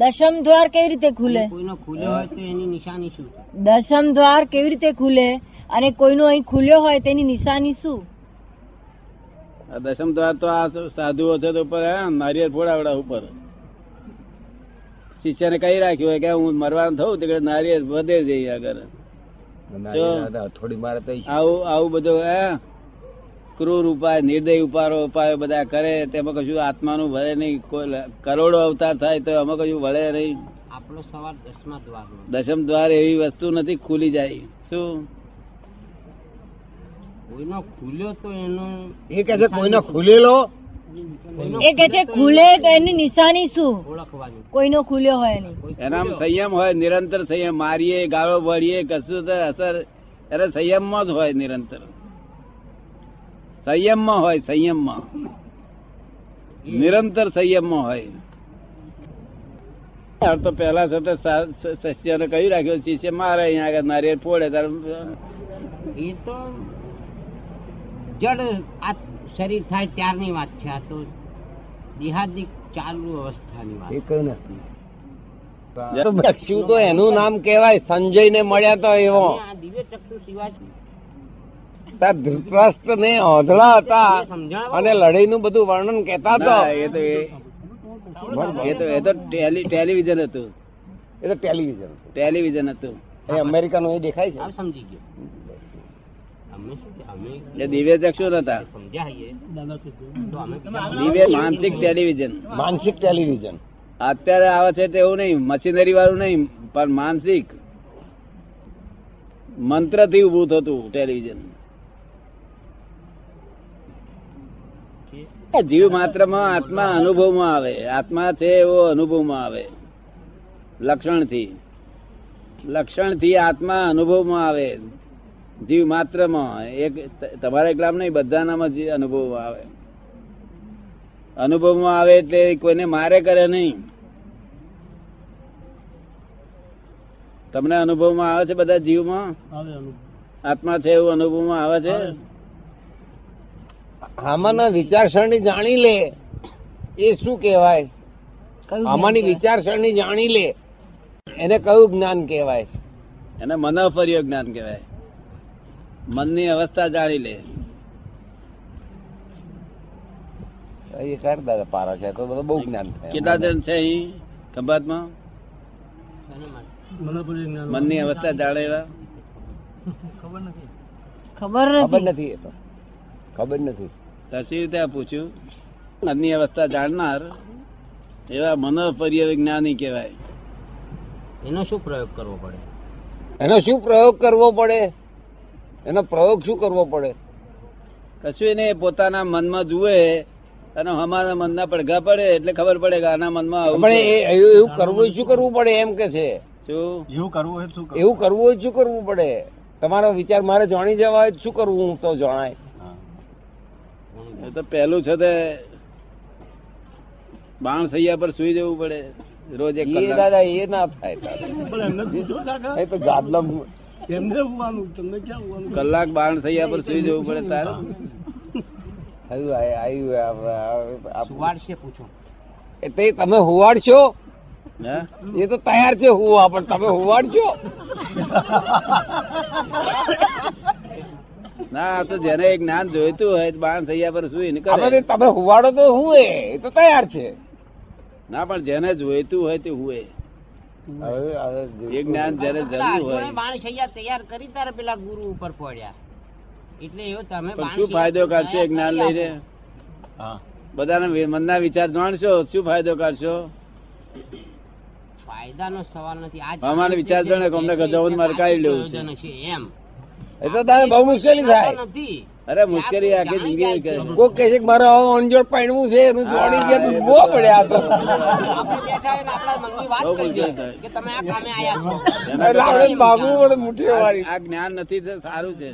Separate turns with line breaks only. દશમ દ્વાર કેવી રીતે ખુલે
કોઈનો ખુલ્યો હોય તો એની નિશાની શું
દશમ દ્વાર કેવી રીતે ખુલે અને કોઈનો અહીં ખુલ્યો હોય તેની નિશાની શું
આ દશમ દ્વાર તો આ સાધુઓ છે તો ઉપર હે, નારિયેળ ફોડાવડા ઉપર શિષ્યને કહી રાખ્યું હોય કે હું મરવાનું થવું તે કડે નારિયેળ વધે જઈ આગળ
નારિયેળ હતા, થોડી મારે તો ઈ
આવું આવું બધું હે ક્રૂર ઉપાય નિર્દય ઉપારો ઉપાયો બધા કરે તેમાં કશું આત્માનું વળે નહીં કોઈ લ- કરોડો અવતાર થાય તો એમાં કશું વળે નહીં
આપણો સવાલ દસમા દ્વારનો
દશમ દ્વાર એવી વસ્તુ નથી ખુલી જાય શું
કોઈનો ખુલ્યો તો એનો
એ કે છે કોઈનો ખુલેલો
કોઈનો
એ કે છે ખુલે તો એની નિશાની શું
ઓળખવાની
કોઈનો ખુલ્યો હોય એની
કોઈ
એનામાં
ખુલ્યો.
સંયમ હોય નિરંતર સંયમ મારીએ ગાળો ભરીએ કશું તો અસર અરે સંયમમાં જ હોય નિરંતર સંયમમાં હોય સંયમમાં નિરંતર સંયમમાં હોય હાલ તો પેલા સાથે શિષ્યને કહી રાખ્યો શિષ્ય મારે અહીંયા આગળ નારિયેળ ફોડે તારે
એ તો જડ આ શરીર થાય ત્યારની વાત છે આ તો દેહાદિક ચાલુ અવસ્થાની
એ
વાત
કઈ નથી
ચક્ષુ તો એનું નામ કેવાય સંજય ને મળ્યા તો એવો
આ દિવ્ય ચક્ષુ સિવાય
ત્યાં ધૃતરાષ્ટ્ર ને ઓધળા હતા
સમજાવો
અને લડાઈ નું બધું વર્ણન કેતા તો
ના, એ તો એ- એ તો એ તો ટેલી- ટેલિવિઝન હતું
એ તો ટેલિવિઝન હતું.
ટેલિવિઝન હતું
એ અમેરિકાનું એ દેખાય છે
આપ સમજી ગયો અમે શું છે? અમે
એ દિવ્ય ચક્ષુ નતા
સમજાવીએ તો અમે
દિવ્ય માનસિક ટેલિવિઝન
માનસિક ટેલિવિઝન
અત્યારે આવે છે તેવું નહીં મશીનરી વાળું નહીં પણ માનસિક મંત્ર થી ઉભું થતું ટેલિવિઝન જીવ માત્રમાં આત્મા અનુભવમાં આવે આત્મા છે એવો અનુભવમાં આવે લક્ષણથી લક્ષણથી આત્મા અનુભવમાં આવે જીવ માત્રમાં એક તમારા એકલામ નહીં બધાનામાં જે અનુભવમાં આવે અનુભવમાં આવે એટલે કોઈને મારે કરે નહીં તમને અનુભવમાં આવે છે બધા જીવમાં આત્મા છે એવું અનુભવમાં આવે છે
આમાંના વિચારસરણી જાણી લે એ શું કહેવાય
કયું
આમાંની
જ્ઞાન
વિચારસરણી જાણી લે એને કયું જ્ઞાન કહેવાય
એને મનોફર્ય જ્ઞાન કહેવાય મનની અવસ્થા જાણી લે
એ કર દાદા પારા છે તો બધું બહુ જ્ઞાન
કેટલા
થાય
જણ છે અહીં ખંભાતમાં મનની અવસ્થા જાણે એવા
ખબર
ખબર
નથી
નથી એ તો ખબર નથી
તસી રીતે આ પૂછ્યું મનની અવસ્થા જાણનાર એવા મનોફર્ય જ્ઞાની કહેવાય
એનો શું પ્રયોગ કરવો પડે
એનો શું પ્રયોગ કરવો પડે એનો પ્રયોગ શું કરવો પડે
કશું એને પોતાના મનમાં જુએ અને અમારા મનના પડઘા પડે એટલે ખબર પડે કે આના મનમાં આવું
પણ
છે.
એ એવું એવું કરવું હોય શું કરવું પડે એમ કે છે
શું?
એવું કરવું હોય શું કરવું પડે તમારો વિચાર મારે જાણી જવા હોય તો શું કરવું હું તો જણાય
એ તો પહેલું છે તે બાણ સૈયા પર સુઈ જવું પડે રોજ એક
એ
કલાક
દાદા એ ના થાય દાદા. એ તો ગાદલા મુ-
કલાક બાણ સૈયા પર સુઈ જવું પડે તારે
આવ્યું આ- આવ્યું આ- આ- આ-
સુવાડશે પૂછો
એ તો એ તમે હુવાડશો
હે?
એ તો તૈયાર છે હુવા પણ તમે હુવાડશો
ના આ તો જેને એક જ્ઞાન જોઈતું હોય તો બાણ સૈયા પર સુઈ ને
આપણે
કરે
તો તમે હુવાડો તો હું એ એ તો તૈયાર છે
ના પણ જેને જોઈતું હોય તે હુએ
હવે- હવે
એ જ્ઞાન જેને જરૂર હોય
બાણસૈયા તૈયાર કરી તારે પેલા ગુરુ ઉપર પડ્યા એટલે એવો તમે
પણ
બાણસૈયા
શું ફાયદો કાઢશો એ જ્ઞાન
તૈયાર
લઈને બધાના વિ- મનના વિચાર જાણશો શું ફાયદો કાઢશો
કરો. ફાયદાનો સવાલ નથી આ
અમારે વિચાર છે ને કે અમને ગજાઓને મરકાવી લેવું છે.
આર્થિક પ્રયોજન હશે એમ
એ તો તારે બહુ મુશ્કેલી થાય
નથી
અરે મુશ્કેલી આખી જિંદગી કરે
કોઈ કહે છે કે મારે આવો અંજોડ પાડવું છે એનું જોડી ગયા તો બહુ પડ્યા તો
આપણે બેઠા હોય ને આપણા મનની વાત
બહુ
કરી
મુશ્કેલ
દે
થાય.
કે તમે આ કામે આયા છો
જેના
રાવણ ભાગવું પડે મુઠ્ઠી
આ
વાળી
આ જ્ઞાન નથી તે સારું છે